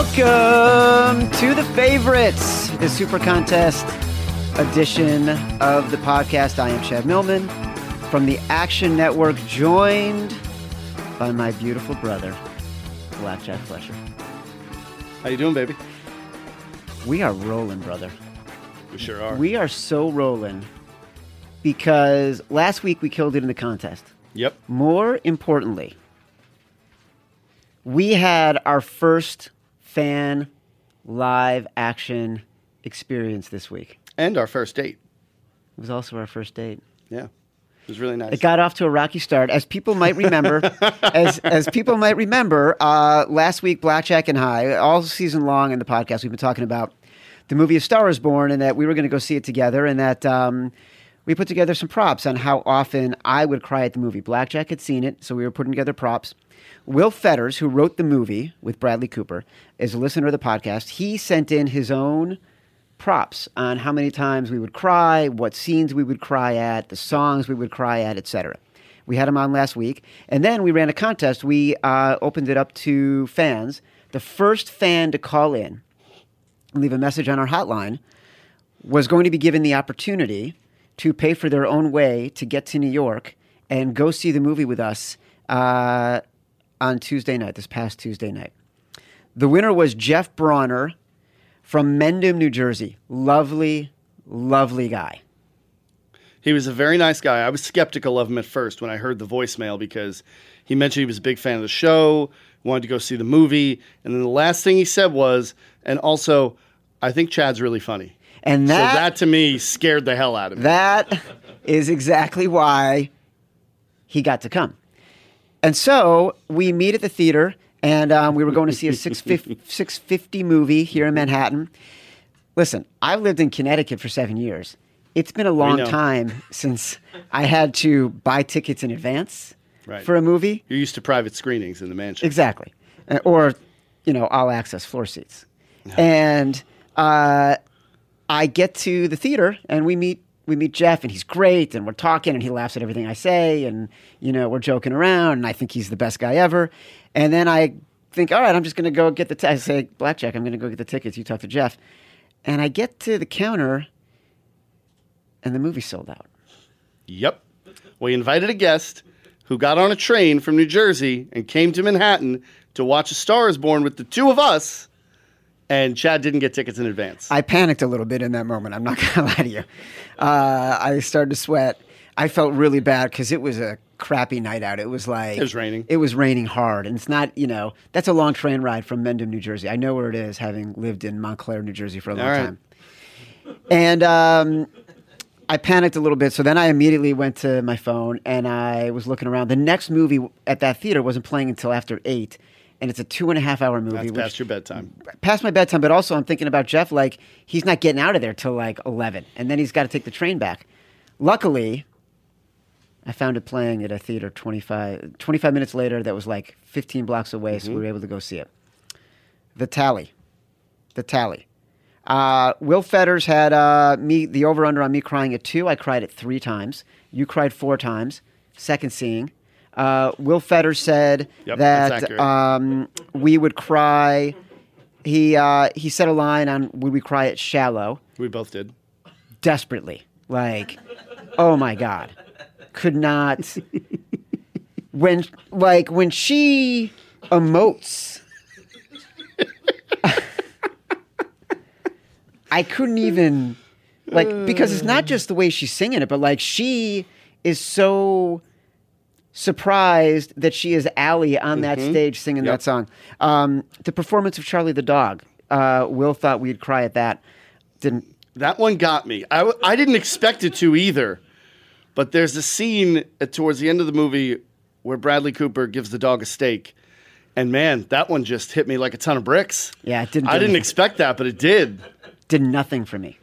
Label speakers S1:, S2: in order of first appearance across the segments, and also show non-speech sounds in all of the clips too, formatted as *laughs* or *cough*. S1: Welcome to the favorites, the super contest edition of the podcast. I am Chad Millman from the Action Network, joined by my beautiful brother, Blackjack Fletcher.
S2: How you doing, baby?
S1: We are rolling, brother.
S2: We sure are.
S1: We are so rolling because last week we killed it in the contest.
S2: yep.
S1: More importantly, we had our first fan live action experience this week.
S2: And our first date.
S1: It was also our first date.
S2: Yeah. It was really nice.
S1: It got off to a rocky start, as people might remember. as as people might remember, uh, last week Blackjack and High, all season long in the podcast, we've been talking about the movie A Star Is Born, and that we were going to go see it together, and that um, we put together some props on how often I would cry at the movie. Blackjack had seen it, so we were putting together props. Will Fetters, who wrote the movie with Bradley Cooper, is a listener of the podcast. He sent in his own props on how many times we would cry, what scenes we would cry at, the songs we would cry at, etc. We had them on last week, and then we ran a contest. We uh, opened it up to fans. The first fan to call in and leave a message on our hotline was going to be given the opportunity to pay for their own way to get to New York and go see the movie with us uh, on Tuesday night, this past Tuesday night. The winner was Jeff Bronner from Mendham, New Jersey. Lovely, lovely guy.
S2: he was a very nice guy. I was skeptical of him at first when I heard the voicemail because he mentioned he was a big fan of the show, wanted to go see the movie, and then the last thing he said was, and also, I think Chad's really funny.
S1: And
S2: so
S1: that,
S2: that to me scared the hell out of me.
S1: that is exactly why he got to come. And so we meet at the theater, and um, we were going to see a
S2: *laughs*
S1: 650, 650 movie here in Manhattan. Listen, I've lived in Connecticut for seven years. It's been a long
S2: know.
S1: time since I had to buy tickets in advance
S2: Right.
S1: for a movie.
S2: You're used to private screenings in the mansion.
S1: Exactly. Uh, Or, you know, all access floor seats. And uh, I get to the theater and we meet we meet Jeff and he's great and we're talking and he laughs at everything I say and you know, we're joking around and I think he's the best guy ever. And then I think, all right, I'm just gonna go get the t-. I say, Blackjack, I'm gonna go get the tickets. You talk to Jeff. And I get to the counter and the movie sold out.
S2: Yep. We invited a guest who got on a train from New Jersey and came to Manhattan to watch A Star is Born with the two of us, and Chad didn't get tickets in advance.
S1: I panicked a little bit in that moment. I'm not *laughs* gonna lie to you. Uh, I started to sweat. I felt really bad because it was a crappy night out. It was like
S2: It was raining.
S1: It was raining hard, and it's not you know that's a long train ride from Mendham, New Jersey. I know where it is, having lived in Montclair, New Jersey for a long
S2: All right.
S1: time. And um, I panicked a little bit, so then I immediately went to my phone and I was looking around. The next movie at that theater wasn't playing until after eight, and it's a two and a half hour movie.
S2: That's
S1: which-
S2: past your bedtime.
S1: past my bedtime, but also I'm thinking about Jeff. Like he's not getting out of there till like eleven, and then he's got to take the train back. Luckily, I found it playing at a theater 25, 25 minutes later. That was like fifteen blocks away,
S2: Mm-hmm.
S1: so we were able to go see it. The tally, the tally. Uh, Will Fetters had uh, me the over under on me crying at two. I cried at three times. You cried four times. Second seeing. Uh, Will Fetters said
S2: Yep, that's
S1: that
S2: accurate.
S1: um, we would cry. He uh, he said a line on would we cry at shallow
S2: We both did.
S1: desperately like oh my god could not when like when she emotes *laughs* I couldn't even like because it's not just the way she's singing it but like she is so surprised that she is Allie on that stage singing
S2: Yep.
S1: that song. Um, the performance of Charlie the dog. Uh, Will thought we'd cry at that. Didn't
S2: That one got me. I, w- I didn't expect it to either, but there's a scene at, towards the end of the movie where Bradley Cooper gives the dog a steak. And man, that one just hit me like a ton of bricks.
S1: Yeah, it didn't do
S2: I didn't
S1: anything.
S2: expect that, but it did.
S1: did nothing for me.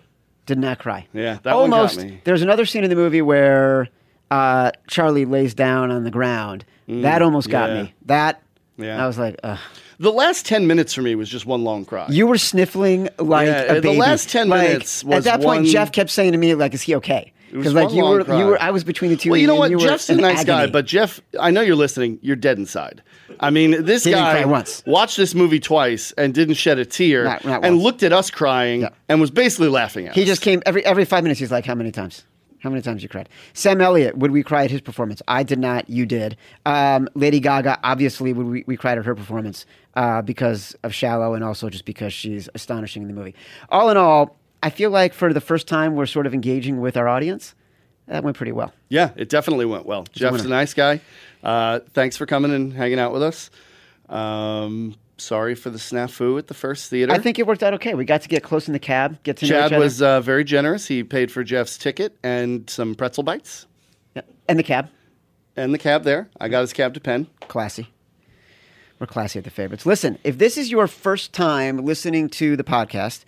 S1: Did not cry.
S2: Yeah, that one got
S1: almost.
S2: me.
S1: There's another scene in the movie where uh, Charlie lays down on the ground. that almost got
S2: Mm, yeah.
S1: me. That.
S2: Yeah.
S1: I was like, Ugh.
S2: The last 10 minutes for me was just one long cry.
S1: you were sniffling like
S2: Yeah,
S1: a
S2: the
S1: baby.
S2: last 10
S1: Like,
S2: minutes was
S1: at that
S2: one-
S1: point. Jeff kept saying to me, like, "Is he okay?"
S2: was
S1: because like
S2: one
S1: you
S2: long
S1: were
S2: cry.
S1: you were I was between the two.
S2: Well,
S1: of
S2: you know
S1: and
S2: what?
S1: were
S2: Jeff's a
S1: in
S2: nice guy,
S1: agony.
S2: but Jeff, I know you're listening. You're dead inside. I mean, this
S1: Didn't
S2: guy
S1: cry once.
S2: watched this movie twice and didn't shed a tear,
S1: Not- not
S2: and
S1: once.
S2: looked at us crying and was basically laughing at
S1: he
S2: us.
S1: just came every every five minutes. He's like, "How many times? How many times you cried?" Sam Elliott, would we cry at his performance? I did not. You did. Um, Lady Gaga, obviously, would we, we cried at her performance uh, because of Shallow and also just because she's astonishing in the movie. All in all, I feel like for the first time we're sort of engaging with our audience. That went pretty well.
S2: Yeah, it definitely went well. Jeff's a
S1: winner.
S2: nice guy. Uh, thanks for coming and hanging out with us. Um, sorry for the snafu at the first theater.
S1: I think it worked out okay. We got to get close in the cab, get to know each
S2: Chad
S1: other.
S2: was uh, very generous. He paid for Jeff's ticket and some pretzel bites
S1: Yeah. in the cab.
S2: and the cab there. I got his cab to Penn.
S1: classy. We're classy at the favorites. Listen, if this is your first time listening to the podcast,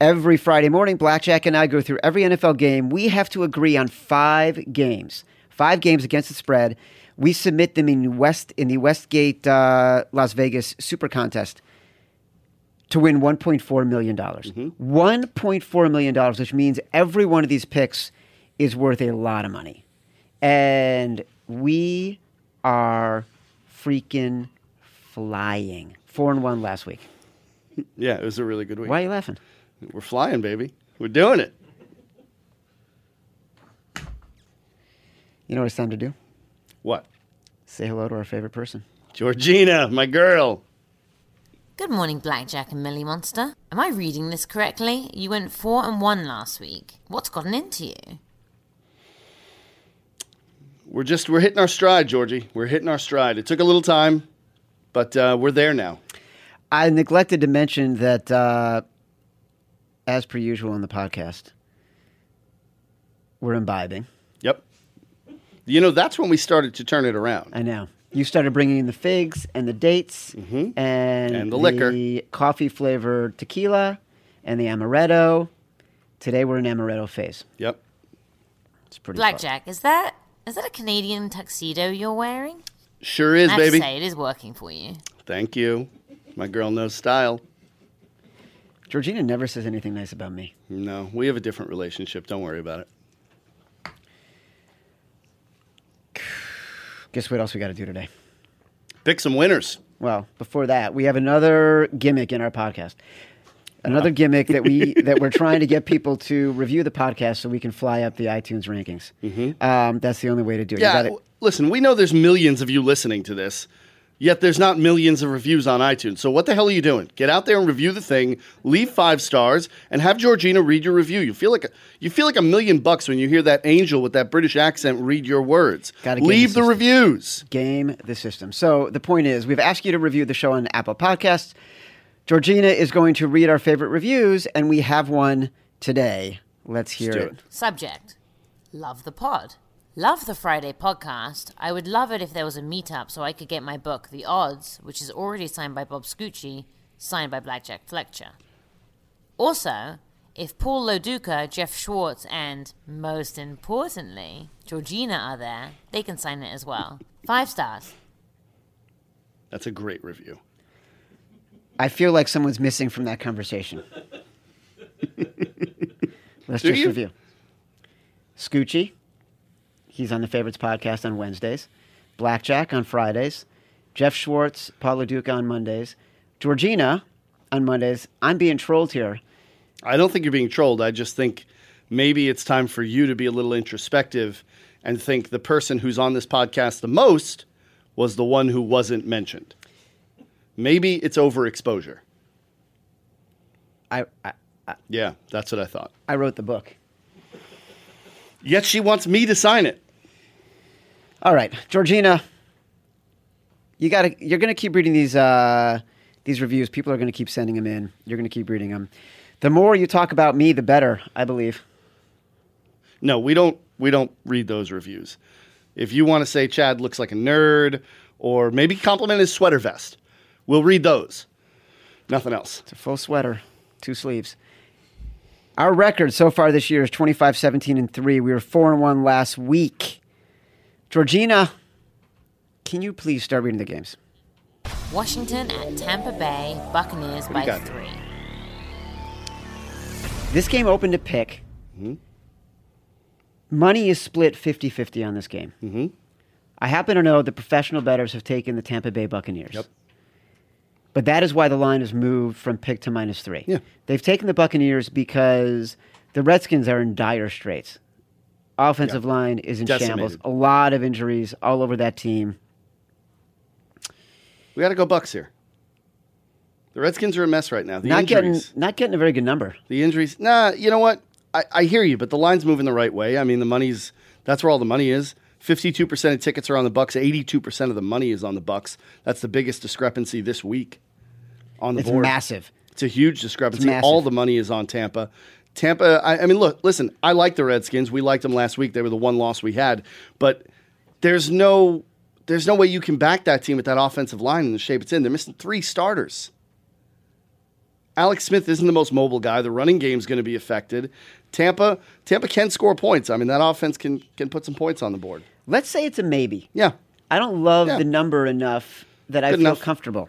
S1: every Friday morning, Blackjack and I go through every NFL game. We have to agree on five games, five games against the spread. We submit them in West in the Westgate uh, Las Vegas Super Contest to win $1.4 million. $1.4 million, which means every one of these picks is worth a lot of money. And we are freaking flying. Four and one last week.
S2: Yeah, it was a really good week.
S1: Why are you laughing?
S2: We're flying, baby. We're doing it.
S1: You know what it's time to do?
S2: What?
S1: Say hello to our favorite person.
S2: Georgina, my girl.
S3: Good morning, Blackjack and Millie Monster. Am I reading this correctly? You went four and one last week. What's gotten into you?
S2: We're just we're hitting our stride, Georgie. We're hitting our stride. It took a little time, but uh, we're there now.
S1: I neglected to mention that, uh, as per usual on the podcast, we're imbibing.
S2: Yep. You know, that's when we started to turn it around.
S1: I know. You started bringing in the figs and the dates and,
S2: Mm-hmm. And the liquor.
S1: coffee flavored tequila and the amaretto. Today we're in amaretto phase.
S2: Yep.
S1: It's pretty fun.
S3: Blackjack, is that is that a Canadian tuxedo you're wearing?
S2: Sure is,
S3: I have
S2: baby.
S3: to say, it is working for you.
S2: Thank you. My girl knows style.
S1: Georgina never says anything nice about me.
S2: No, we have a different relationship. Don't worry about it.
S1: Guess what else we got to do today?
S2: Pick some winners.
S1: Well, before that, we have another gimmick in our podcast. Another gimmick that
S2: *laughs*
S1: we that we're trying to get people to review the podcast so we can fly up the iTunes rankings. Um, that's the only way to do it. You
S2: Mm-hmm. Yeah.
S1: gotta-
S2: w- Listen, we know there's millions of you listening to this, yet there's not millions of reviews on iTunes. So what the hell are you doing? Get out there and review the thing. Leave five stars and have Georgina read your review. You feel like a, you feel like a million bucks when you hear that angel with that British accent read your words.
S1: Gotta get
S2: Leave the
S1: assistance.
S2: reviews.
S1: game the system. So the point is, we've asked you to review the show on Apple Podcasts. Georgina is going to read our favorite reviews, and we have one today. Let's hear
S2: do
S1: it.
S2: it.
S3: Subject: Love the pod. Love the Friday podcast. I would love it if there was a meetup so I could get my book, The Odds, which is already signed by Bob Scucci, signed by Blackjack Fletcher. Also, if Paul Loduca, Jeff Schwartz, and most importantly, Georgina are there, they can sign it as well. Five stars.
S2: That's a great review.
S1: I feel like someone's missing from that
S2: *laughs*
S1: conversation. Let's
S2: Do
S1: just
S2: you?
S1: review. Scoochie, he's on the Favorites podcast on Wednesdays. Blackjack on Fridays. Jeff Schwartz, Paula Duca on Mondays. Georgina on Mondays. I'm being trolled here.
S2: I don't think you're being trolled. I just think maybe it's time for you to be a little introspective and think the person who's on this podcast the most was the one who wasn't mentioned. Maybe it's overexposure.
S1: I, I,
S2: Yeah, that's what I thought.
S1: I wrote the book.
S2: Yet she wants me to sign it.
S1: All right, Georgina, you got to you're going to keep reading these uh, these reviews. People are going to keep sending them in. You're going to keep reading them. The more you talk about me, the better, I believe.
S2: No, we don't we don't read those reviews. If you want to say Chad looks like a nerd or maybe compliment his sweater vest, we'll read those. Nothing else.
S1: It's a full sweater, two sleeves. Our record so far this year is 25, 17, and 3. We were 4 and 1 last week. Georgina, can you please start reading the games?
S3: Washington at Tampa Bay, Buccaneers
S2: do you
S3: by
S2: got?
S3: three.
S2: Mm-hmm.
S1: This game opened a pick. money is split 50 50 on this game. Mm-hmm. I happen to know the professional bettors have taken the Tampa Bay Buccaneers.
S2: Yep.
S1: But that is why the line has moved from pick to minus three.
S2: Yeah.
S1: They've taken the Buccaneers because the Redskins are in dire straits. Offensive line is in shambles.
S2: Decimated.
S1: A lot of injuries all over that team.
S2: We got to go Bucks here. The Redskins are a mess right now. The
S1: not
S2: injuries.
S1: getting not getting a very good number.
S2: The injuries. Nah, you know what? I, I hear you, but the line's moving the right way. I mean, the money's that's where all the money is. Fifty-two percent of tickets are on the Bucks. Eighty-two percent of the money is on the Bucks. That's the biggest discrepancy this week on the
S1: It's
S2: board.
S1: massive.
S2: It's a huge discrepancy.
S1: It's massive.
S2: All the money is on Tampa. Tampa. I, I mean, look, listen. I like the Redskins. We liked them last week. They were the one loss we had. But there's no, there's no way you can back that team with that offensive line in the shape it's in. They're missing three starters. Alex Smith isn't the most mobile guy. The running game's going to be affected. Tampa, Tampa can score points. I mean, that offense can can put some points on the board.
S1: Let's say it's a maybe.
S2: Yeah,
S1: I don't love
S2: Yeah.
S1: the number enough that I
S2: Good
S1: feel
S2: enough.
S1: comfortable.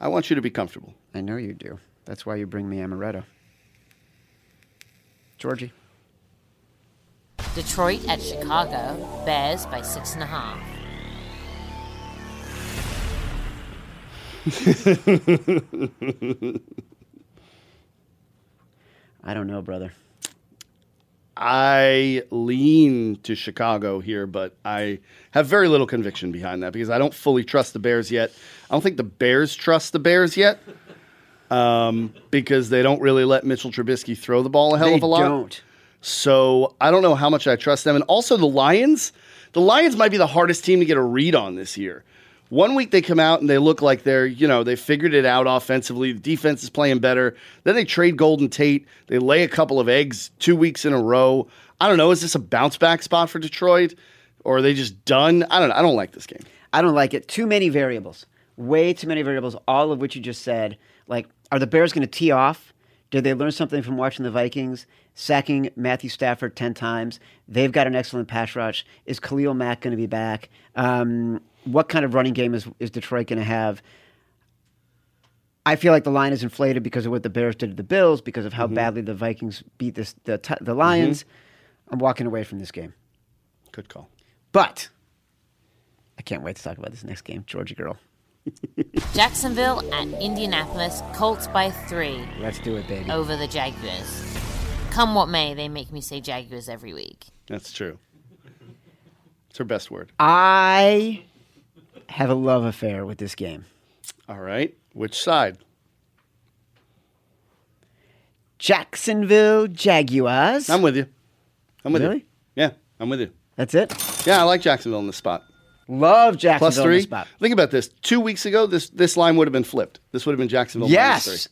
S2: I want you to be comfortable.
S1: I know you do. That's why you bring me amaretto. Georgie.
S3: Detroit at Chicago, Bears by six and a half.
S1: I don't know, brother.
S2: I lean to Chicago here, but I have very little conviction behind that because I don't fully trust the Bears yet. I don't think the Bears trust the Bears yet um, because they don't really let Mitchell Trubisky throw the ball a hell
S1: they
S2: of a lot.
S1: don't.
S2: So I don't know how much I trust them. And also the Lions, the Lions might be the hardest team to get a read on this year. One week they come out and they look like they're, you know, they figured it out offensively. The defense is playing better. Then they trade Golden Tate. They lay a couple of eggs two weeks in a row. I don't know. Is this a bounce back spot for Detroit? Or are they just done? I don't know. I don't like this game.
S1: I don't like it. Too many variables. Way too many variables, all of which you just said. Like, are the Bears going to tee off? Did they learn something from watching the Vikings sacking Matthew Stafford 10 times? They've got an excellent pass rush. Is Khalil Mack going to be back? Um, what kind of running game is, is Detroit going to have? I feel like the line is inflated because of what the Bears did to the Bills, because of how badly the Vikings beat this, the, Ti- the Lions. I'm walking away from this game.
S2: Good call.
S1: But I can't wait to talk about this next game, Georgia girl.
S3: Jacksonville at Indianapolis, Colts by three
S1: Let's do it, baby.
S3: over the Jaguars. Come what may, they make me say Jaguars every week.
S2: That's true. It's her best word.
S1: I have a love affair with this game.
S2: All right. Which side?
S1: Jacksonville Jaguars.
S2: I'm with you. I'm with you.
S1: Really?
S2: Yeah, I'm with you.
S1: That's it.
S2: Yeah, I like Jacksonville in this spot.
S1: Love Jacksonville
S2: plus
S1: in
S2: three.
S1: this spot.
S2: Think about this. Two weeks ago, this this line would have been flipped. This would have been Jacksonville. minus
S1: Yes.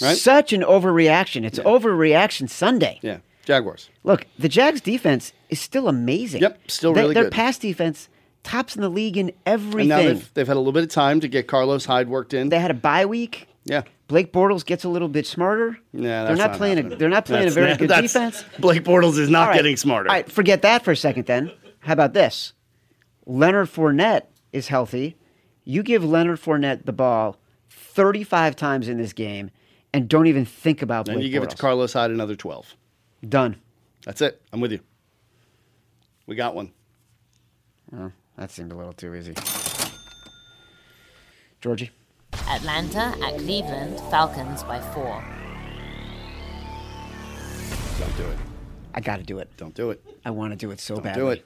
S2: Right?
S1: Such an overreaction. It's overreaction Sunday.
S2: three. Yeah. Jaguars.
S1: Look, the Jags defense is still amazing.
S2: Yep, still
S1: They-
S2: really
S1: their
S2: good.
S1: pass defense tops in the league in
S2: And now
S1: everything.
S2: they've, they've had a little bit of time to get Carlos Hyde worked in.
S1: they had a bye week.
S2: yeah.
S1: Blake Bortles gets a little bit smarter.
S2: Yeah,
S1: they're
S2: that's
S1: not, playing. A,
S2: happening.
S1: they're not playing
S2: That's-
S1: a very
S2: that-
S1: good
S2: that's-
S1: defense.
S2: Blake Bortles is not
S1: All right.
S2: getting smarter.
S1: All right, forget that for a second. Then how about this? Leonard Fournette is healthy. You give Leonard Fournette the ball thirty-five times in this game, and don't even think about.
S2: And
S1: Blake
S2: you give it to
S1: Bortles.
S2: Carlos Hyde another twelve.
S1: Done.
S2: That's it. I'm with you. We got one.
S1: Oh, that seemed a little too easy. Georgie,
S3: Atlanta at Cleveland, Falcons by four.
S2: Don't do it.
S1: I got to do it.
S2: Don't do it.
S1: I want to do it so
S2: Don't
S1: badly.
S2: do it.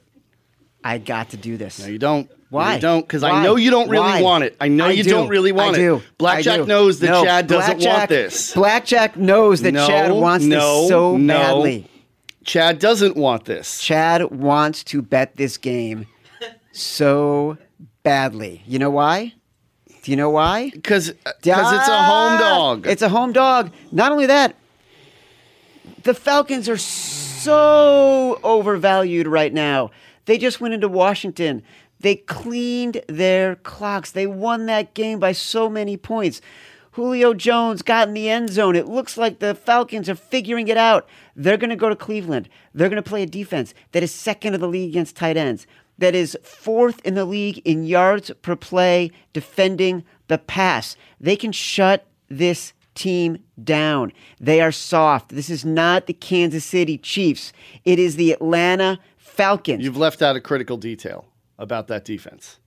S1: I got to do this.
S2: No, you don't. No,
S1: Why?
S2: you don't, because I
S1: Why?
S2: know you don't really
S1: Why?
S2: want it. I know you
S1: do.
S2: not really want
S1: I do.
S2: it.
S1: I
S2: Blackjack
S1: do.
S2: knows that
S1: No,
S2: Chad doesn't want
S1: Blackjack-
S2: this.
S1: Blackjack knows that
S2: No,
S1: Chad wants
S2: no,
S1: this so
S2: no.
S1: badly.
S2: Chad doesn't want this.
S1: Chad wants to bet this
S2: *laughs*
S1: game so badly. You know why? Do you know why?
S2: Because it's a home dog.
S1: It's a home dog. Not only that, the Falcons are so overvalued right now. They just went into Washington. They cleaned their clocks. They won that game by so many points. Julio Jones got in the end zone. It looks like the Falcons are figuring it out. They're going to go to Cleveland. They're going to play a defense that is second in the league against tight ends, that is fourth in the league in yards per play defending the pass. They can shut this team down. They are soft. This is not the Kansas City Chiefs. It is the Atlanta Falcons.
S2: You've left out a critical detail about that defense.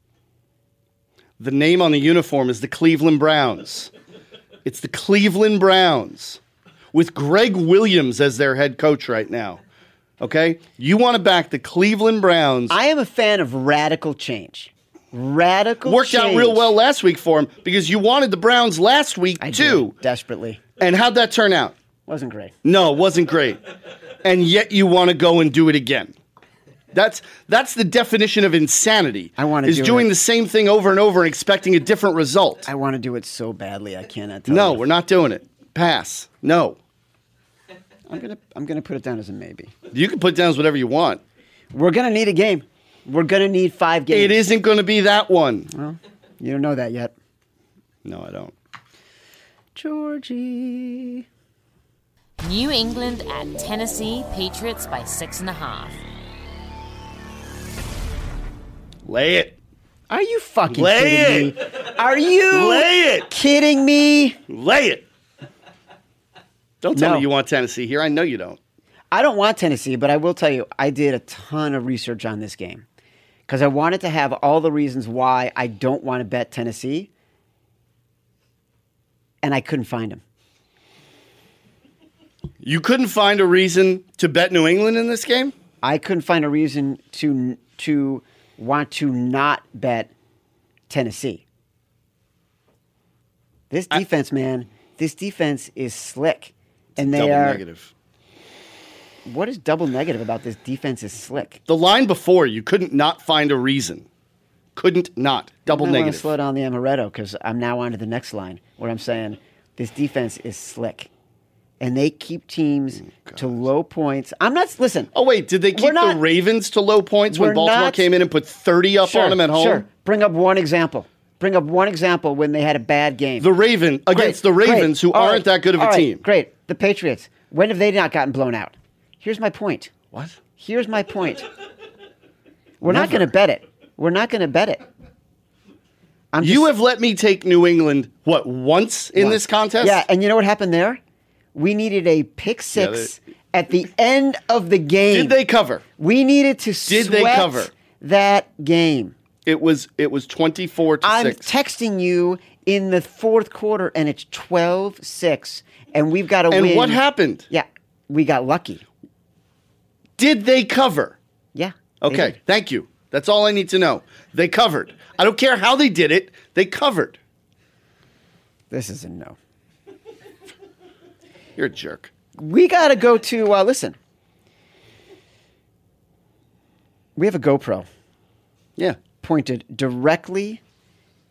S2: The name on the uniform is the Cleveland Browns. It's the Cleveland Browns with Greg Williams as their head coach right now. Okay? You want to back the Cleveland Browns.
S1: I am a fan of radical change. Radical
S2: Worked out
S1: change.
S2: real well last week for him because you wanted the Browns last week
S1: I
S2: too.
S1: did, desperately.
S2: And how'd that turn out?
S1: Wasn't great.
S2: No, it wasn't great. And yet you want to go and do it again. That's that's the definition of insanity.
S1: I wanna
S2: is
S1: do
S2: doing
S1: it.
S2: the same thing over and over and expecting a different result.
S1: I want to do it so badly. I cannot. Tell
S2: no,
S1: you.
S2: we're not doing it. Pass. No.
S1: I'm gonna. I'm gonna put it down as a maybe.
S2: You can put down as whatever you want.
S1: We're gonna need a game. We're gonna need five games.
S2: It isn't going to be that one.
S1: You don't know that yet,
S2: No, I don't.
S1: Georgie.
S3: New England at Tennessee Patriots by six and a half.
S2: Lay it.
S1: Are you fucking
S2: Lay
S1: kidding me? Are you
S2: Lay it.
S1: kidding me?
S2: Lay it. Don't tell
S1: No.
S2: me you want Tennessee here. I know you don't.
S1: I don't want Tennessee, but I will tell you, I did a ton of research on this game because I wanted to have all the reasons why I don't want to bet Tennessee, and I couldn't find them.
S2: You couldn't find a reason to bet New England in this game?
S1: I couldn't find a reason to to want to not bet Tennessee. This defense, man, this defense is slick, and they
S2: Double
S1: are.
S2: negative.
S1: What is double negative about this defense is slick.
S2: The line before, you couldn't not find a reason. Couldn't not. Double
S1: I want to
S2: negative.
S1: slow down the amaretto because I'm now on to the next line where I'm saying this defense is slick, and they keep teams to low points. I'm not listen.
S2: Oh, wait. Did they keep
S1: We're not-
S2: the Ravens to low points when
S1: we're
S2: Baltimore
S1: not-
S2: came in and put 30 up on them at home?
S1: Sure. Bring up one example. Bring up one example when they had a bad game.
S2: The Raven against the
S1: Great,
S2: Ravens,
S1: great.
S2: who
S1: All
S2: aren't
S1: right,
S2: that good of
S1: all
S2: a
S1: right,
S2: team.
S1: Great. The Patriots. When have they not gotten blown out? Here's my point.
S2: What?
S1: Here's my point. We're not going to bet it. We're not going to bet it. I'm
S2: You
S1: just-
S2: have let me take New England, what, once in this contest?
S1: Yeah, and you know what happened there? We needed a pick six at the end of the game.
S2: Did they cover?
S1: We needed to
S2: Did they
S1: sweat
S2: cover?
S1: that game.
S2: It was it was 24 to
S1: I'm
S2: 6.
S1: texting you in the fourth quarter, and it's 12 6, and we've got to win.
S2: and what happened?
S1: Yeah, we got lucky.
S2: Did they cover?
S1: Yeah. they
S2: Okay,
S1: did.
S2: thank you. That's all I need to know. They covered. I don't care how they did it. They covered.
S1: This is a no.
S2: You're a jerk.
S1: We got to go to, uh, listen, we have a GoPro
S2: Yeah.
S1: pointed directly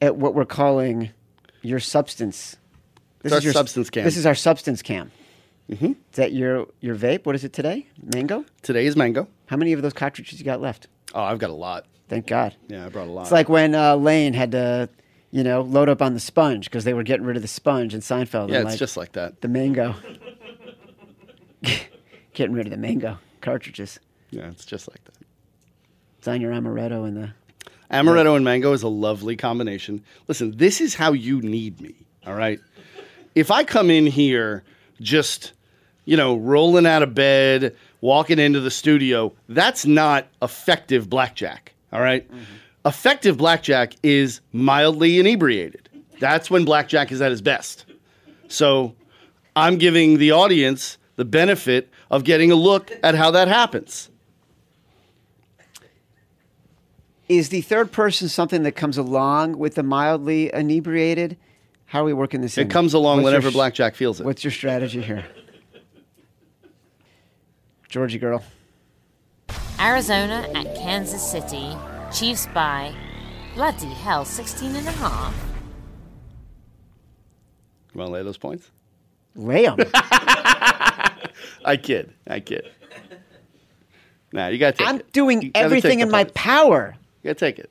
S1: at what we're calling your substance. This
S2: our substance cam.
S1: This is our substance cam. Mm-hmm. Is that your, your vape? What is it today? Mango?
S2: Today is mango.
S1: How many of those cartridges you got left?
S2: Oh, I've got a lot.
S1: Thank God.
S2: Yeah, I brought a lot.
S1: It's like when uh, Lane had to, you know, load up on the sponge because they were getting rid of the sponge in Seinfeld.
S2: yeah,
S1: and,
S2: it's just like that.
S1: the mango. *laughs* getting rid of the mango cartridges.
S2: Yeah, it's just like that.
S1: It's on your amaretto and the.
S2: Amaretto and mango is a lovely combination. Listen, this is how you need me, all right? If I come in here just, you know, rolling out of bed, walking into the studio, that's not effective blackjack, all right?
S1: Mm-hmm.
S2: Effective blackjack is mildly inebriated. That's when blackjack is at his best. So I'm giving the audience the benefit of getting a look at how that happens.
S1: Is the third person something that comes along with the mildly inebriated? How are we working this in?
S2: It comes along
S1: Mm. What's your
S2: whenever
S1: sh-
S2: blackjack feels it.
S1: What's your strategy here? Georgie girl.
S3: Arizona at Kansas City Chiefs by bloody hell 16 and a half.
S2: You want to lay those points?
S1: Lay 'em.
S2: *laughs* I kid. I kid. Nah, you gotta take
S1: I'm
S2: it. You
S1: doing
S2: gotta take
S1: everything
S2: the
S1: in my
S2: points.
S1: power.
S2: You gotta take it.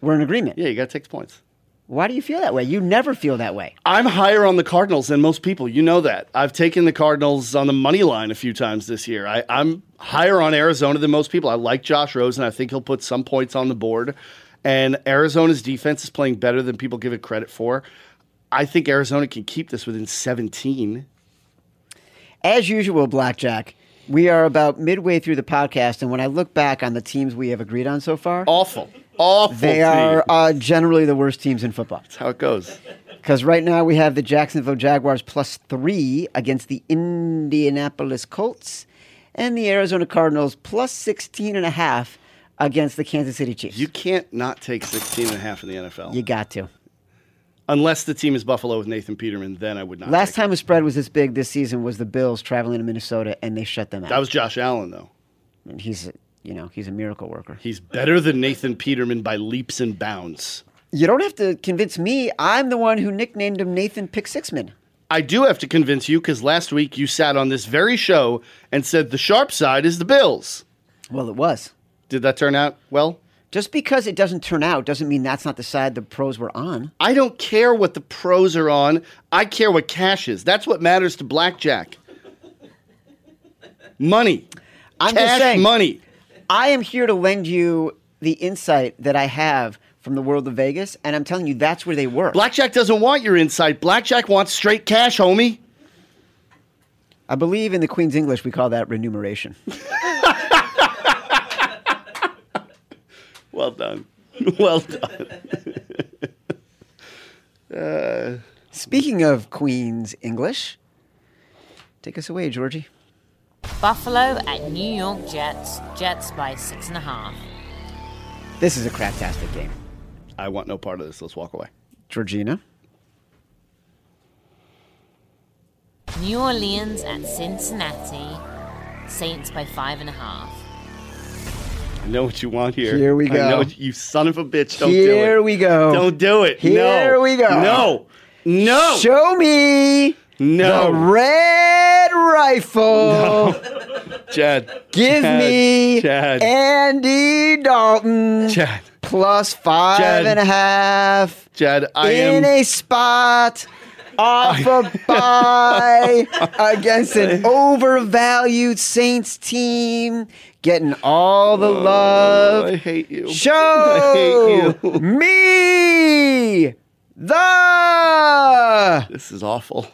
S1: We're in agreement.
S2: Yeah, you gotta take the points.
S1: Why do you feel that way? You never feel that way.
S2: I'm higher on the Cardinals than most people. You know that. I've taken the Cardinals on the money line a few times this year. I, I'm higher on Arizona than most people. I like Josh Rosen. I think he'll put some points on the board. And Arizona's defense is playing better than people give it credit for. I think Arizona can keep this within 17.
S1: As usual, Blackjack, we are about midway through the podcast, and when I look back on the teams we have agreed on so far,
S2: Awful. Awful.
S1: they
S2: team.
S1: are uh, generally the worst teams in football.
S2: That's how it goes.
S1: Because right now we have the Jacksonville Jaguars plus three against the Indianapolis Colts and the Arizona Cardinals plus 16 and a half against the Kansas City Chiefs.
S2: You
S1: You,
S2: can't not take 16 and a half in the NFL.
S1: got to.
S2: Unless the team is Buffalo with Nathan Peterman, then I would not.
S1: Last
S2: take
S1: time a spread was this big this season was the Bills traveling to Minnesota and they shut them out.
S2: it. That was Josh Allen, though.
S1: and he's, a, you know, he's a miracle worker.
S2: He's better than Nathan Peterman by leaps and bounds.
S1: You don't have to convince me. I'm the one who nicknamed him Nathan Pick Sixman.
S2: I do have to convince you because last week you sat on this very show and said the sharp side is the Bills.
S1: Well, it was.
S2: Did that turn out well?
S1: Just because it doesn't turn out doesn't mean that's not the side the pros were on.
S2: I don't care what the pros are on. I care what cash is. That's what matters to blackjack. Money.
S1: I'm
S2: cash
S1: just saying.
S2: money.
S1: I am here to lend you the insight that I have from the world of Vegas, and I'm telling you, that's where they were.
S2: Blackjack doesn't want your insight. Blackjack wants straight cash, homie.
S1: I believe in the Queen's English, we call that remuneration.
S2: *laughs* Well done. *laughs* Well done.
S1: Speaking of Queen's English, take us away, Georgie.
S3: Buffalo at New York Jets. Jets by six and a half.
S1: This is a craptastic game.
S2: I want no part of this. Let's walk away.
S1: Georgina,
S3: New Orleans at Cincinnati. Saints by five and a half.
S2: I know what you want here.
S1: Here we
S2: I know
S1: go.
S2: what- you son of a bitch. Don't do it.
S1: Here we go.
S2: Don't do it.
S1: Here
S2: no.
S1: we go.
S2: No. No.
S1: show me
S2: No.
S1: the red rifle.
S2: Chad.
S1: Give
S2: Chad.
S1: me
S2: Chad.
S1: Andy Dalton
S2: Chad.
S1: plus five
S2: Chad.
S1: and a half.
S2: Chad, I
S1: in
S2: am.
S1: a spot off
S2: *laughs*
S1: a bye against an overvalued Saints team, getting all the
S2: I
S1: love.
S2: hate you.
S1: Show
S2: *laughs* I hate you.
S1: me the
S2: This is awful.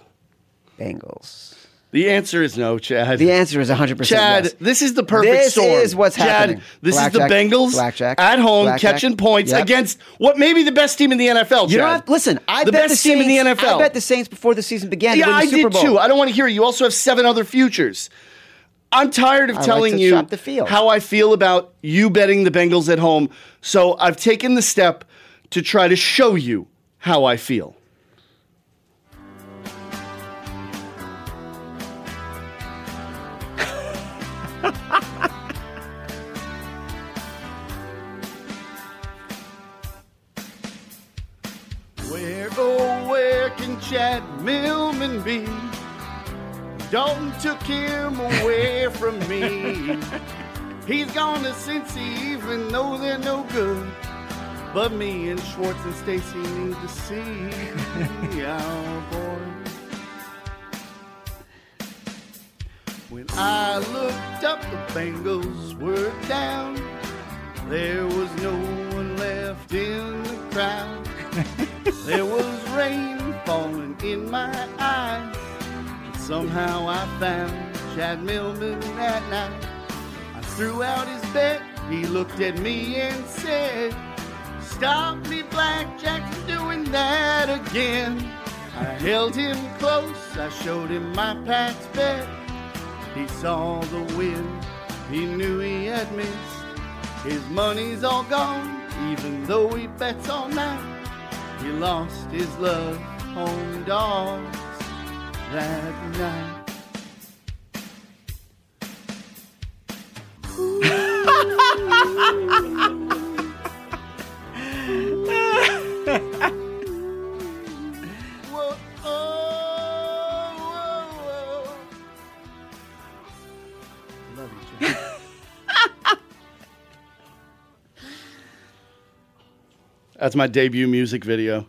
S1: Bengals.
S2: The answer is no, Chad.
S1: The answer is 100%
S2: Chad,
S1: yes.
S2: this is the perfect
S1: This
S2: storm.
S1: is what's
S2: Chad,
S1: happening.
S2: This
S1: Blackjack,
S2: is the Bengals
S1: blackjack,
S2: at home
S1: blackjack.
S2: catching points
S1: Yep.
S2: against what may be the best team in the NFL.
S1: You
S2: Chad.
S1: don't have, listen, I
S2: the
S1: bet
S2: best
S1: the Saints,
S2: team in the NFL.
S1: I bet the Saints before the season began. to
S2: yeah,
S1: win the
S2: I
S1: Super
S2: did
S1: Bowl.
S2: too. I don't want to hear it. You also have seven other futures. I'm tired of
S1: like
S2: telling
S1: to
S2: you
S1: shop the field.
S2: how I feel about you betting the Bengals at home. So I've taken the step to try to show you how I feel. *laughs* Where, oh, where can Chad Millman be? Dalton took him away from me. He's gone to Cincy, even though they're no good. But me and Schwartz and Stacy need to see our boy. When I looked up, the Bengals were down. There was no one left in the crowd. There was rain falling in my eyes. Somehow I found Chad Millman that night. I threw out his bet. He looked at me and said, Stop me, Blackjack, from doing that again. I held him close. I showed him my Pat's bet. He saw the win. He knew he had missed. His money's all gone, even though he bets all night. He lost his love, home dogs that night. Whoa, oh, whoa, whoa. Love you, Jack. *laughs* That's my debut music video.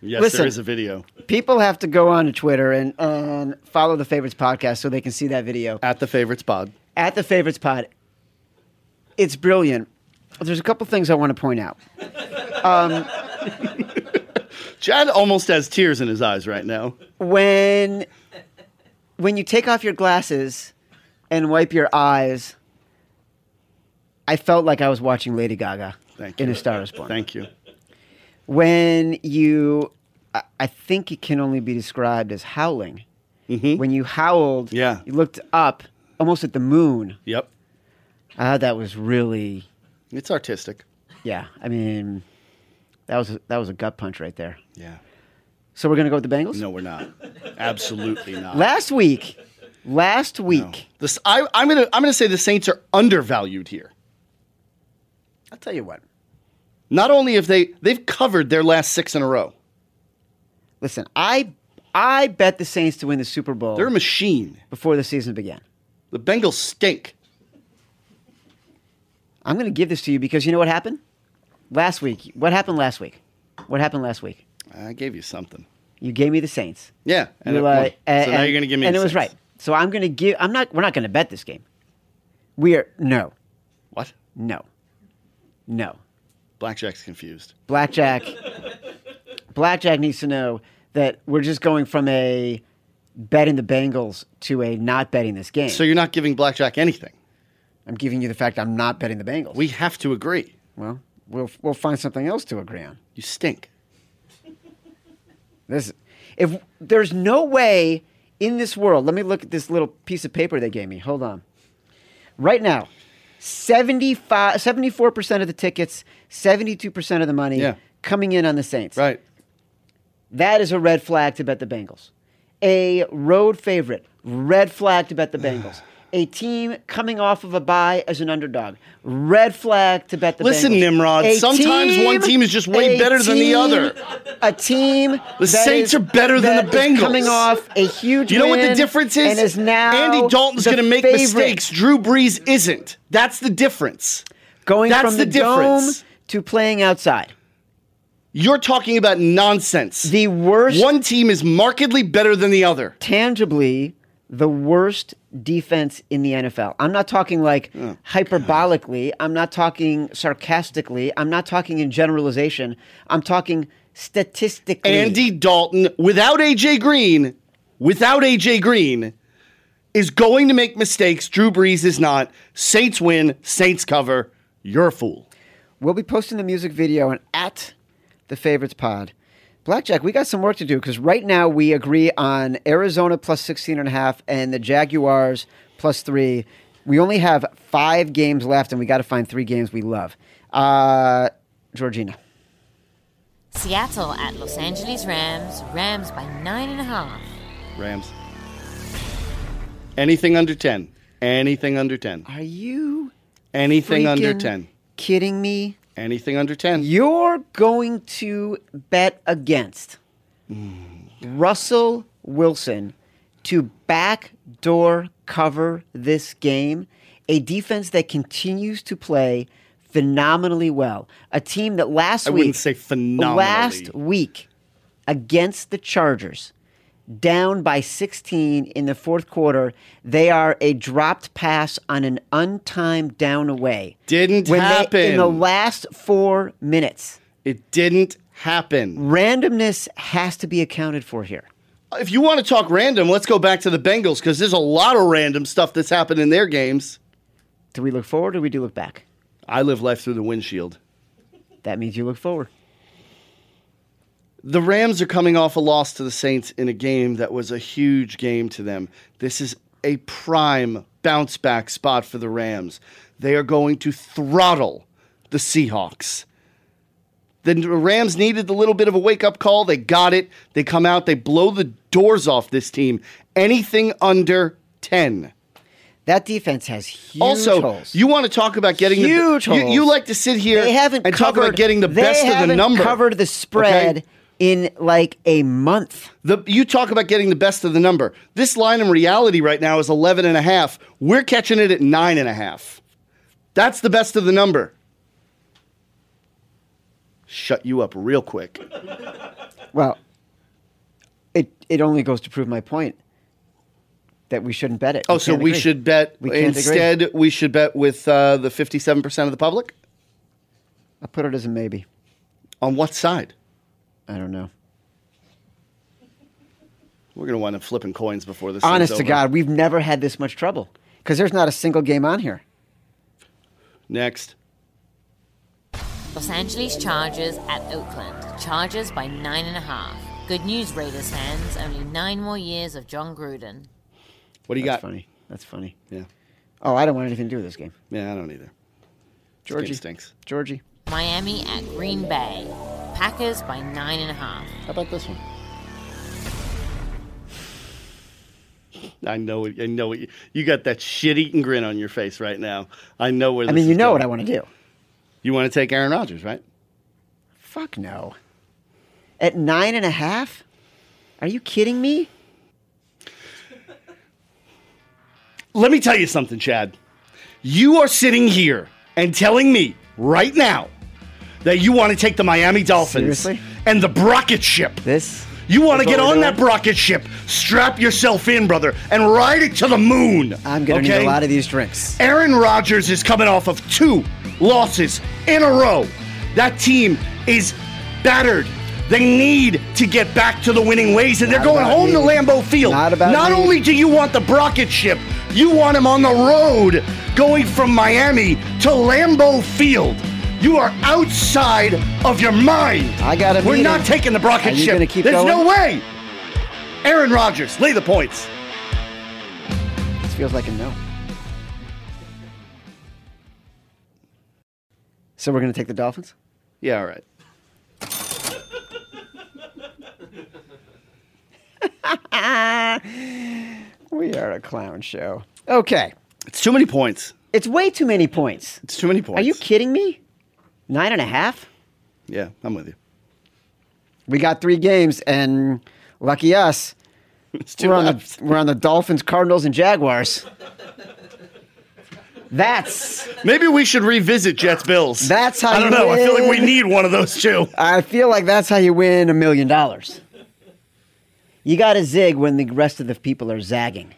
S2: Yes,
S1: Listen.
S2: there is a video.
S1: People have to go on to Twitter and, and follow the Favorites podcast so they can see that video.
S2: At the favorites pod.
S1: At the Favorites pod, it's brilliant. There's a couple things I want to point out.
S2: Chad almost has tears in his eyes right now.
S1: when when you take off your glasses and wipe your eyes, I felt like I was watching Lady Gaga
S2: Thank
S1: in
S2: you.
S1: A Star Is Born.
S2: Thank you.
S1: when you, I, I think it can only be described as howling.
S2: Mm-hmm.
S1: When you howled,
S2: Yeah.
S1: you looked up almost at the moon.
S2: Yep.
S1: I thought that was really,
S2: It's artistic.
S1: yeah. I mean, that was a, that was a gut punch right there.
S2: Yeah.
S1: So we're gonna go with the Bengals.
S2: No, we're not. Absolutely not.
S1: Last week, last week.
S2: No. This, I, I'm gonna I'm gonna say the Saints are undervalued here.
S1: I'll tell you what.
S2: Not only have they they've covered their last six in a row.
S1: Listen, I I bet the Saints to win the Super Bowl
S2: They're a machine.
S1: before the season began.
S2: The Bengals stink.
S1: I'm going to give this to you because you know what happened last week. What happened last week? What happened last week?
S2: I gave you something.
S1: You gave me the Saints.
S2: Yeah. And
S1: You
S2: it
S1: were
S2: won.
S1: like- and-
S2: so now
S1: and-
S2: you're gonna give me.
S1: And
S2: the
S1: it was
S2: Saints.
S1: right. So I'm going to give. I'm not. We're not going to bet this game. We are no,
S2: What?
S1: no, no.
S2: Blackjack's confused.
S1: Blackjack. Blackjack needs to know that we're just going from a betting the Bengals to a not betting this game.
S2: So you're not giving Blackjack anything.
S1: I'm giving you the fact I'm not betting the Bengals.
S2: We have to agree.
S1: Well, we'll we'll find something else to agree on.
S2: You stink.
S1: This, if there's no way in this world, let me look at this little piece of paper they gave me. Hold on. Right now, 75, 74% of the tickets, 72% of the money
S2: Yeah.
S1: coming in on the Saints.
S2: Right.
S1: That is a red flag to bet the Bengals. A road favorite, red flag to bet the Bengals. A team coming off of a bye as an underdog, red flag to bet the
S2: Listen,
S1: Bengals.
S2: Nimrod, sometimes one team is just way
S1: a
S2: better than the other.
S1: A team.
S2: The Saints are better than
S1: that
S2: the
S1: is
S2: Bengals.
S1: Coming off a huge.
S2: You know what the
S1: win
S2: difference is?
S1: And is now
S2: Andy Dalton's
S1: the
S2: going to make
S1: favorite.
S2: mistakes. Drew Brees isn't. That's the difference.
S1: Going
S2: That's
S1: from
S2: the
S1: the, dome
S2: difference.
S1: to playing outside.
S2: You're talking about nonsense.
S1: The worst.
S2: One team is markedly better than the other.
S1: tangibly the worst defense in the NFL. I'm not talking like hyperbolically. I'm not talking sarcastically. I'm not talking in generalization. I'm talking statistically.
S2: Andy Dalton, without AJ Green, without AJ Green, is going to make mistakes. Drew Brees is not. Saints win. Saints cover. You're a fool.
S1: We'll be posting the music video and at the favorites pod. Blackjack, we got some work to do because right now we agree on Arizona plus 16 and a half and the Jaguars plus three. We only have five games left and we got to find three games we love. Uh, Georgina.
S3: Seattle at Los Angeles Rams. Rams by nine and a half.
S2: Rams. Anything under 10. Anything under 10.
S1: Are you
S2: Anything under
S1: freaking
S2: 10.
S1: Kidding me?
S2: Anything under 10.
S1: You're going to bet against Russell Wilson to backdoor cover this game, a defense that continues to play phenomenally well. A team that last
S2: I
S1: week
S2: wouldn't say phenomenally.
S1: last week against the Chargers, down by 16 in the fourth quarter, they are a dropped pass on an untimed down away.
S2: Didn't
S1: when They, in the
S2: happen.
S1: last four minutes,
S2: It didn't happen.
S1: randomness has to be accounted for here.
S2: If you want to talk random, let's go back to the Bengals because there's a lot of random stuff that's happened in their games.
S1: Do we look forward or we do look back?
S2: I live life through the windshield.
S1: That means you look forward.
S2: The Rams are coming off a loss to the Saints in a game that was a huge game to them. This is a prime bounce back spot for the Rams. They are going to throttle the Seahawks. The Rams needed the little bit of a wake up call. They got it. They come out, they blow the doors off this team. Anything under 10.
S1: That defense has huge
S2: also,
S1: holes.
S2: you want to talk about getting
S1: Huge
S2: the you, you
S1: holes.
S2: like to sit here
S1: they haven't
S2: and
S1: covered
S2: talk about getting the
S1: they
S2: best of the
S1: haven't
S2: number.
S1: Covered the
S2: okay?
S1: spread in like a month.
S2: The, you talk about getting the best of the number. This line in reality right now is 11 and a half. We're catching it at nine and a half. That's the best of the number. Shut you up real quick.
S1: Well, it it only goes to prove my point that we shouldn't bet it.
S2: Oh, so
S1: can't
S2: we
S1: agree.
S2: should bet
S1: We can't agree.
S2: instead. We should bet with uh, the 57% of the public.
S1: I put it as a maybe.
S2: On what side?
S1: I don't know.
S2: We're gonna wind up flipping coins before this. thing's
S1: Honest to
S2: over.
S1: God, we've never had this much trouble because there's not a single game on here.
S2: Next.
S3: Los Angeles Chargers at Oakland. Chargers by nine and a half. Good news, Raiders fans. Only nine more years of John Gruden.
S2: What do you
S1: That's
S2: got?
S1: funny. That's funny.
S2: Yeah.
S1: Oh, I don't want anything to do with this game.
S2: Yeah, I don't either.
S1: Georgie
S2: stinks.
S1: Georgie,
S3: Miami at Green Bay. Packers by nine and a half.
S2: How about this one? I know. it- I know. it- You got that shit-eating grin on your face right now. I know where.
S1: I mean, you know what I want to do.
S2: You want to take Aaron Rodgers, right?
S1: Fuck no. At nine and a half? Are you kidding me?
S2: Let me tell you something, Chad. You are sitting here and telling me right now that you want to take the Miami Dolphins
S1: Seriously?
S2: and the Brocket ship.
S1: This?
S2: You want to
S1: That's
S2: get
S1: what we're
S2: on that
S1: doing?
S2: rocket ship, strap yourself in, brother, and ride it to the moon.
S1: I'm gonna need a lot of these drinks.
S2: Aaron Rodgers is coming off of two losses in a row. That team is battered. They need to get back to the winning ways, and they're
S1: Not
S2: going
S1: about
S2: home to
S1: me.
S2: Lambeau Field.
S1: Not about
S2: Not
S1: me.
S2: only do you want the rocket ship, you want him on the road going from Miami to Lambeau Field. You are outside of your mind.
S1: I got a
S2: We're
S1: meeting.
S2: not taking the
S1: Are
S2: rocket
S1: you
S2: ship.
S1: gonna keep
S2: There's no
S1: going?
S2: way. Aaron Rodgers, lay the points.
S1: This feels like a no. So we're gonna take the Dolphins?
S2: Yeah, all right.
S1: We are a clown show. Okay.
S2: It's too many points.
S1: It's way too many points.
S2: It's too many points.
S1: Are you kidding me? Nine and a half?
S2: Yeah, I'm with you. *laughs*
S1: We got three games, and lucky us,
S2: It's too
S1: we're on, the, *laughs*
S2: left.
S1: we're on the Dolphins, Cardinals, and Jaguars. That's.
S2: Maybe we should revisit Jets Bills.
S1: That's how
S2: I don't
S1: you
S2: know. I feel like we
S1: win.
S2: need one of those two.
S1: I feel like that's how you win a million dollars. You got to zig when the rest of the people are zagging.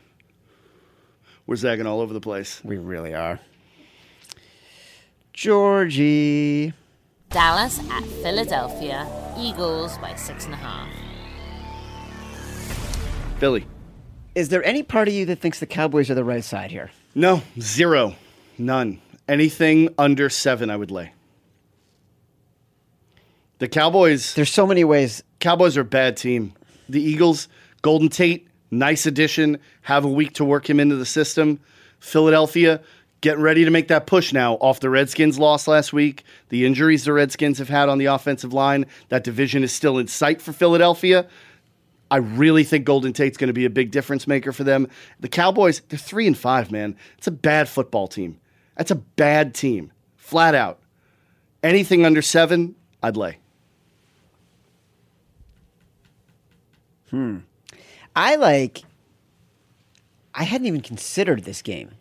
S2: We're zagging all over the place.
S1: We really are. Georgie.
S3: Dallas at Philadelphia. Eagles by six and a half.
S2: Philly.
S1: Is there any part of you that thinks the Cowboys are the right side here?
S2: No, zero, none. Anything under seven, I would lay. The Cowboys.
S1: There's so many ways.
S2: Cowboys are a bad team. The Eagles, Golden Tate, nice addition. Have a week to work him into the system. Philadelphia, getting ready to make that push now off the Redskins' loss last week. The injuries the Redskins have had on the offensive line. That division is still in sight for Philadelphia. I really think Golden Tate's going to be a big difference maker for them. The Cowboys, they're three and five, man. It's a bad football team. That's a bad team, flat out. Anything under seven, I'd lay.
S1: I like. I hadn't even considered this game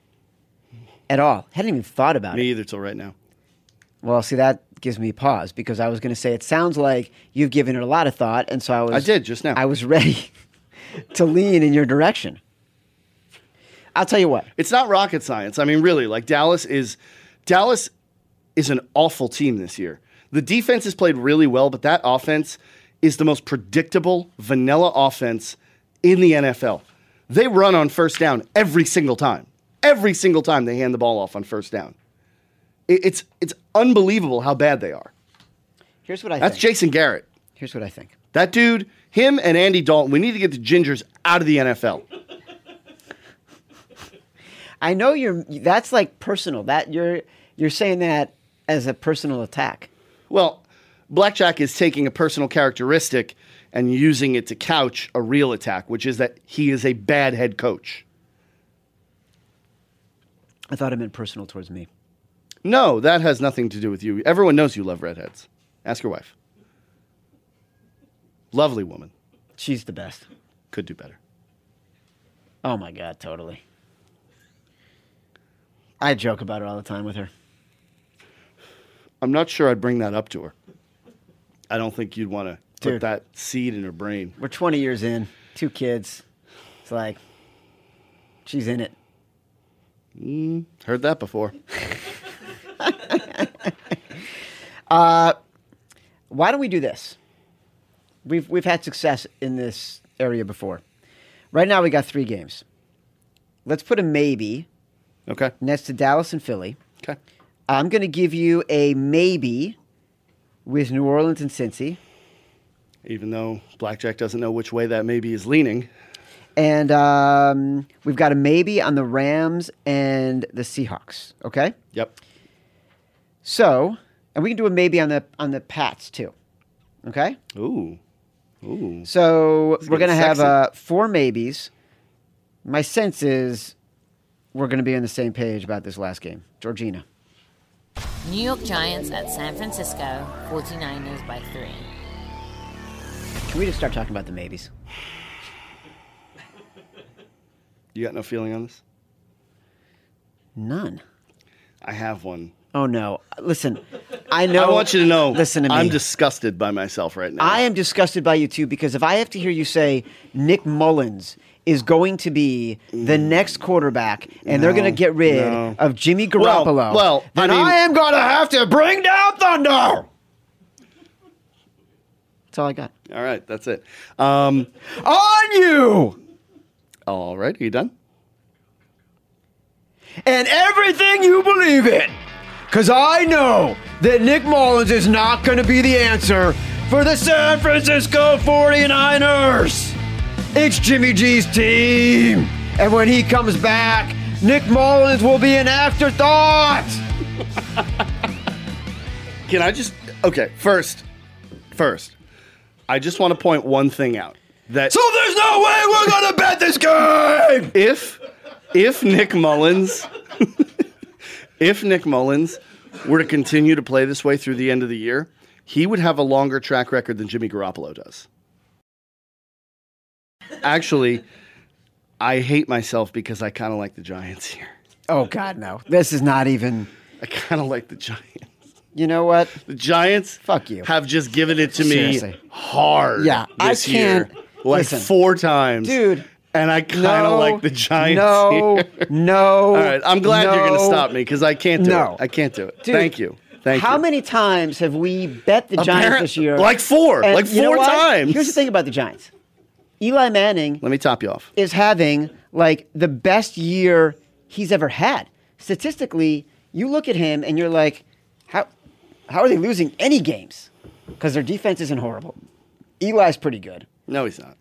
S1: at all. Hadn't even thought about
S2: Me
S1: it.
S2: either till right now.
S1: Well, see, that gives me pause because I was going to say it sounds like you've given it a lot of thought, and so I was.
S2: I did just now.
S1: I was ready *laughs* to lean in your direction. I'll tell you what.
S2: It's not rocket science. I mean, really, like Dallas is Dallas is an awful team this year. The defense has played really well, but that offense is the most predictable vanilla offense in the NFL. They run on first down every single time. Every single time they hand the ball off on first down. It- It's it's unbelievable how bad they are.
S1: Here's what I
S2: That's
S1: think.
S2: Jason Garrett.
S1: Here's what I think.
S2: That dude, him and Andy Dalton, we need to get the gingers out of the NFL.
S1: I know you're. That's like personal. That you're you're saying that as a personal attack.
S2: Well, Blackjack is taking a personal characteristic and using it to couch a real attack, which is that he is a bad head coach.
S1: I thought it meant personal towards me.
S2: No, that has nothing to do with you. Everyone knows you love redheads. Ask your wife. Lovely woman.
S1: She's the best.
S2: Could do better.
S1: Oh my god, totally. I joke about it all the time with her.
S2: I'm not sure I'd bring that up to her. I don't think you'd want to put
S1: Dude.
S2: that seed in her brain.
S1: We're 20 years in, two kids. It's like she's in it.
S2: Heard that before.
S1: Why don't we do this? We've we've had success in this area before. Right now, we got three games. Let's put a maybe
S2: Okay.
S1: next to Dallas and Philly.
S2: Okay.
S1: I'm going to give you a maybe with New Orleans and Cincy.
S2: Even though Blackjack doesn't know which way that maybe is leaning.
S1: And um, we've got a maybe on the Rams and the Seahawks. Okay?
S2: Yep.
S1: So, and we can do a maybe on the on the Pats too. Okay?
S2: Ooh. Ooh.
S1: So we're
S2: getting
S1: gonna have
S2: sexy.
S1: uh, four maybes. My sense is we're gonna be on the same page about this last game, Georgina.
S3: New York Giants at San Francisco, 49ers by three.
S1: Can we just start talking about the maybes?
S2: You got no feeling on this?
S1: None.
S2: I have one.
S1: Oh no! Listen, I know.
S2: I want you to know.
S1: Listen to me.
S2: I'm disgusted by myself right now.
S1: I am disgusted by you too because if I have to hear you say Nick Mullins is going to be the next quarterback and they're
S2: Mm. No,
S1: going to get rid
S2: no.
S1: of Jimmy
S2: Well,
S1: Garoppolo,
S2: well, I
S1: then
S2: mean-
S1: I am going to have to bring down thunder. That's all I got.
S2: All right. That's it. Um,
S1: on you
S2: all right. Are you done?
S1: and everything you believe in. Because I know that Nick Mullins is not going to be the answer for the San Francisco 49ers. It's Jimmy G's team. And when he comes back, Nick Mullins will be an afterthought.
S2: Can I just okay? First, first, I just want to point one thing out that
S1: So there's no way we're going to bet this game.
S2: if if Nick Mullins *laughs* if Nick Mullins were to continue to play this way through the end of the year, he would have a longer track record than Jimmy Garoppolo does. Actually, I hate myself because I kind of like the Giants here.
S1: Oh, God, no. This is not even.
S2: I kind of like the Giants.
S1: You know what?
S2: The Giants
S1: Fuck you.
S2: have just given it to me
S1: Seriously.
S2: hard.
S1: Yeah, I
S2: this
S1: can't-
S2: year. like
S1: listen.
S2: four times,
S1: Dude,
S2: And I kind of like the Giants.
S1: No,
S2: here. *laughs*
S1: no.
S2: All right, I'm glad you're going to
S1: no.
S2: stop me because I can't do
S1: No.
S2: it. I can't do it.
S1: Dude,
S2: Thank you. Thank
S1: How
S2: you.
S1: many times have we bet the Giants
S2: Apparent-
S1: this year?
S2: Like four.
S1: And
S2: like
S1: you know
S2: four
S1: what?
S2: times.
S1: Here's the thing about the Giants. Eli Manning
S2: Let me top you off.
S1: is having like the best year he's ever had. Statistically, you look at him and you're like, how how are they losing any games? Because their defense isn't horrible. Eli's pretty good,
S2: No, he's not.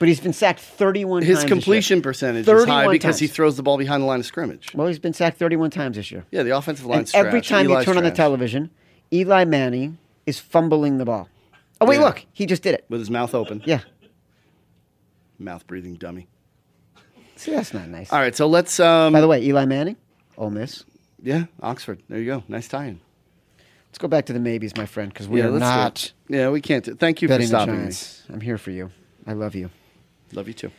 S1: but he's been sacked 31 times.
S2: His
S1: this
S2: completion
S1: year.
S2: percentage is
S1: 31
S2: high because he
S1: times.
S2: throws the ball behind the line of scrimmage.
S1: Well, he's been sacked 31 times this year.
S2: Yeah, the offensive
S1: And
S2: line's
S1: every
S2: trash.
S1: time
S2: Eli's
S1: you turn on the
S2: trash.
S1: television, Eli Manning is fumbling the ball. Oh, wait,
S2: Yeah.
S1: look. He just did it.
S2: with his mouth open.
S1: Yeah.
S2: Mouth breathing dummy.
S1: See, that's not nice.
S2: All right, so let's um
S1: By the way, Eli Manning, Ole Miss.
S2: yeah, Oxford. There you go. Nice tie-in.
S1: Let's go back to the maybes, my friend, because we
S2: yeah,
S1: are
S2: let's do it.
S1: not
S2: Yeah, we can't. Do- Thank you for
S1: betting the
S2: stopping me.
S1: Giants. I'm here for you. I love you.
S2: Love you too.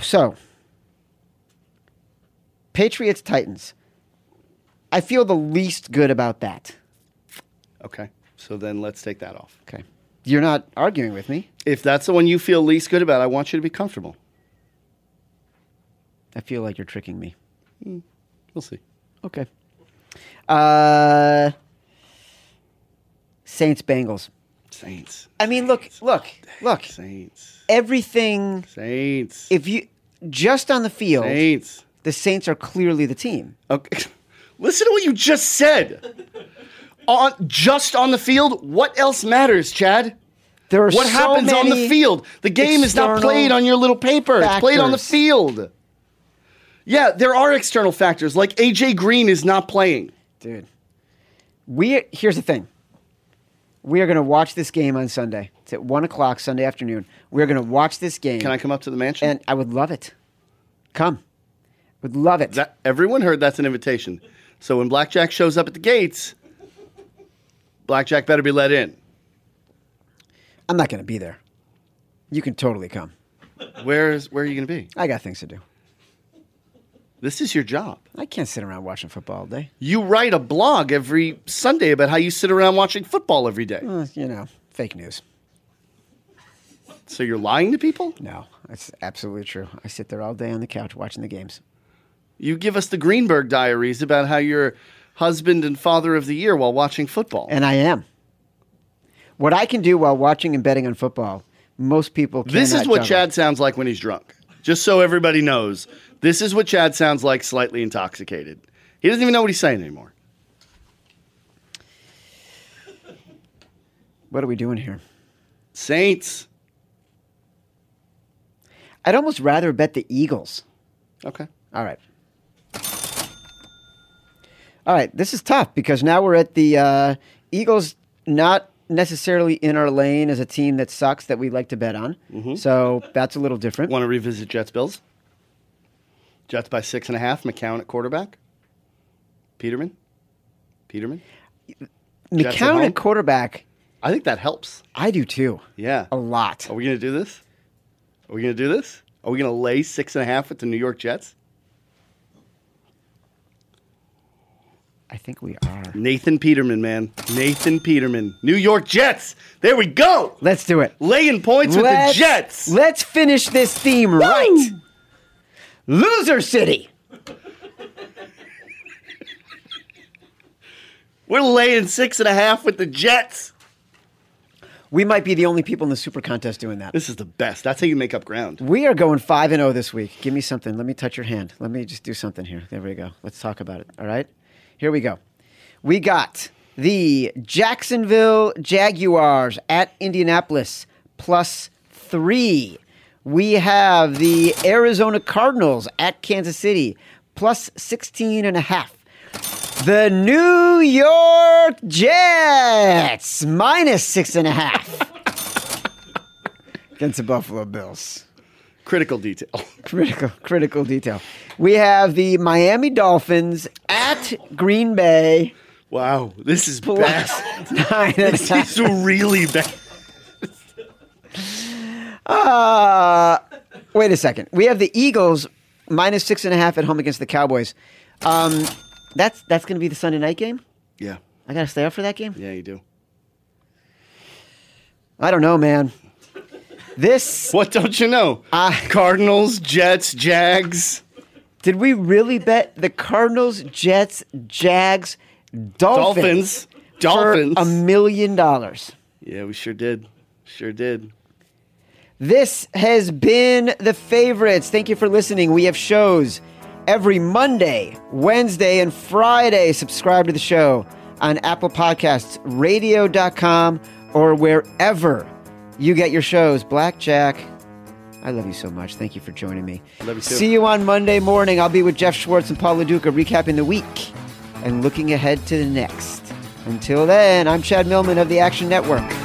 S1: So, Patriots Titans. I feel the least good about that.
S2: Okay. So then let's take that off.
S1: Okay, you're not arguing with me.
S2: If that's the one you feel least good about, I want you to be comfortable.
S1: I feel like you're tricking me.
S2: We'll see.
S1: Okay. Uh, Saints Bengals.
S2: Saints.
S1: I mean, look, look, look.
S2: Saints.
S1: Everything.
S2: Saints.
S1: If you just on the field,
S2: Saints.
S1: the Saints are clearly the team.
S2: Okay. *laughs* Listen to what you just
S1: *laughs*
S2: said. on just on the field, what else matters, Chad?
S1: There are
S2: What
S1: so
S2: happens on the
S1: many-
S2: field? The game is not
S1: external
S2: played on your little paper. It's played on the
S1: factors.
S2: field. Yeah, there are external factors like AJ Green is not playing.
S1: dude. We here's the thing. We are going to watch this game on Sunday. It's at one o'clock Sunday afternoon. We are going to watch this game.
S2: Can I come up to the mansion?
S1: And I would love it. Come, would love it.
S2: That everyone heard that's an invitation. So when Blackjack shows up at the gates, Blackjack better be let in.
S1: I'm not going to be there. You can totally come.
S2: Where's where are you going to be?
S1: I got things to do.
S2: This is your job.
S1: I can't sit around watching football all day.
S2: You write a blog every Sunday about how you sit around watching football every day.
S1: Uh, you know, fake news.
S2: So you're lying to people?
S1: No, that's absolutely true. I sit there all day on the couch watching the games.
S2: You give us the Greenberg diaries about how you're husband and father of the year while watching football.
S1: And I am. What I can do while watching and betting on football, Most people. Cannot
S2: This is what
S1: juggle.
S2: Chad sounds like when he's drunk. Just so everybody knows, this is what Chad sounds like slightly intoxicated. He doesn't even know what he's saying anymore.
S1: What are we doing here?
S2: Saints.
S1: I'd almost rather bet the Eagles.
S2: Okay.
S1: All right. All right. This is tough because now we're at the uh, Eagles, not necessarily in our lane as a team that sucks that we like to bet on.
S2: Mm-hmm.
S1: So that's a little different.
S2: Want to revisit Jets Bills? Jets by six and a half. McCown at quarterback. Peterman. Peterman. Jets at
S1: McCown
S2: home?
S1: at quarterback,
S2: I think that helps.
S1: I do too.
S2: Yeah.
S1: A lot.
S2: Are we gonna do this? Are we gonna do this? Are we gonna lay six and a half with the New York Jets?
S1: I think we are.
S2: Nathan Peterman, man. Nathan Peterman. New York Jets. There we go.
S1: Let's do it.
S2: Laying points with the Jets.
S1: Let's finish this theme right. Loser City.
S2: We're laying six and a half with the Jets.
S1: We might be the only people in the super contest doing that.
S2: This is the best. That's how you make up ground.
S1: We are going 5 and 0 this week. Give me something. Let me touch your hand. Let me just do something here. There we go. Let's talk about it. All right? Here we go. We got the Jacksonville Jaguars at Indianapolis plus 3. We have the Arizona Cardinals at Kansas City plus 16 and a half. The New York Jets minus six and a half *laughs* against the Buffalo Bills
S2: Critical detail. *laughs*
S1: critical critical detail. We have the Miami Dolphins at Green Bay.
S2: Wow. This is
S1: Plus
S2: best.
S1: *laughs* nine and a half.
S2: This is really bad.
S1: Uh, wait a second. We have the Eagles minus six and a half at home against the Cowboys. Um, that's that's going to be the Sunday night game.
S2: Yeah.
S1: I got to stay up for that game.
S2: Yeah, you do.
S1: I don't know, man. This
S2: What don't you know?
S1: I-
S2: Cardinals, Jets, Jags,
S1: did we really bet the Cardinals, Jets, Jags, Dolphins,
S2: Dolphins.
S1: for
S2: Dolphins.
S1: a million dollars.
S2: yeah, we sure did. Sure did.
S1: This has been The Favorites. Thank you for listening. We have shows every Monday, Wednesday, and Friday. Subscribe to the show on Apple Podcasts, radio.com, or wherever you get your shows. Blackjack, I love you so much. Thank you for joining me.
S2: Love you too.
S1: See you on Monday morning. I'll be with Jeff Schwartz and Paul LaDuca recapping the week and looking ahead to the next. Until then, I'm Chad Millman of the Action Network.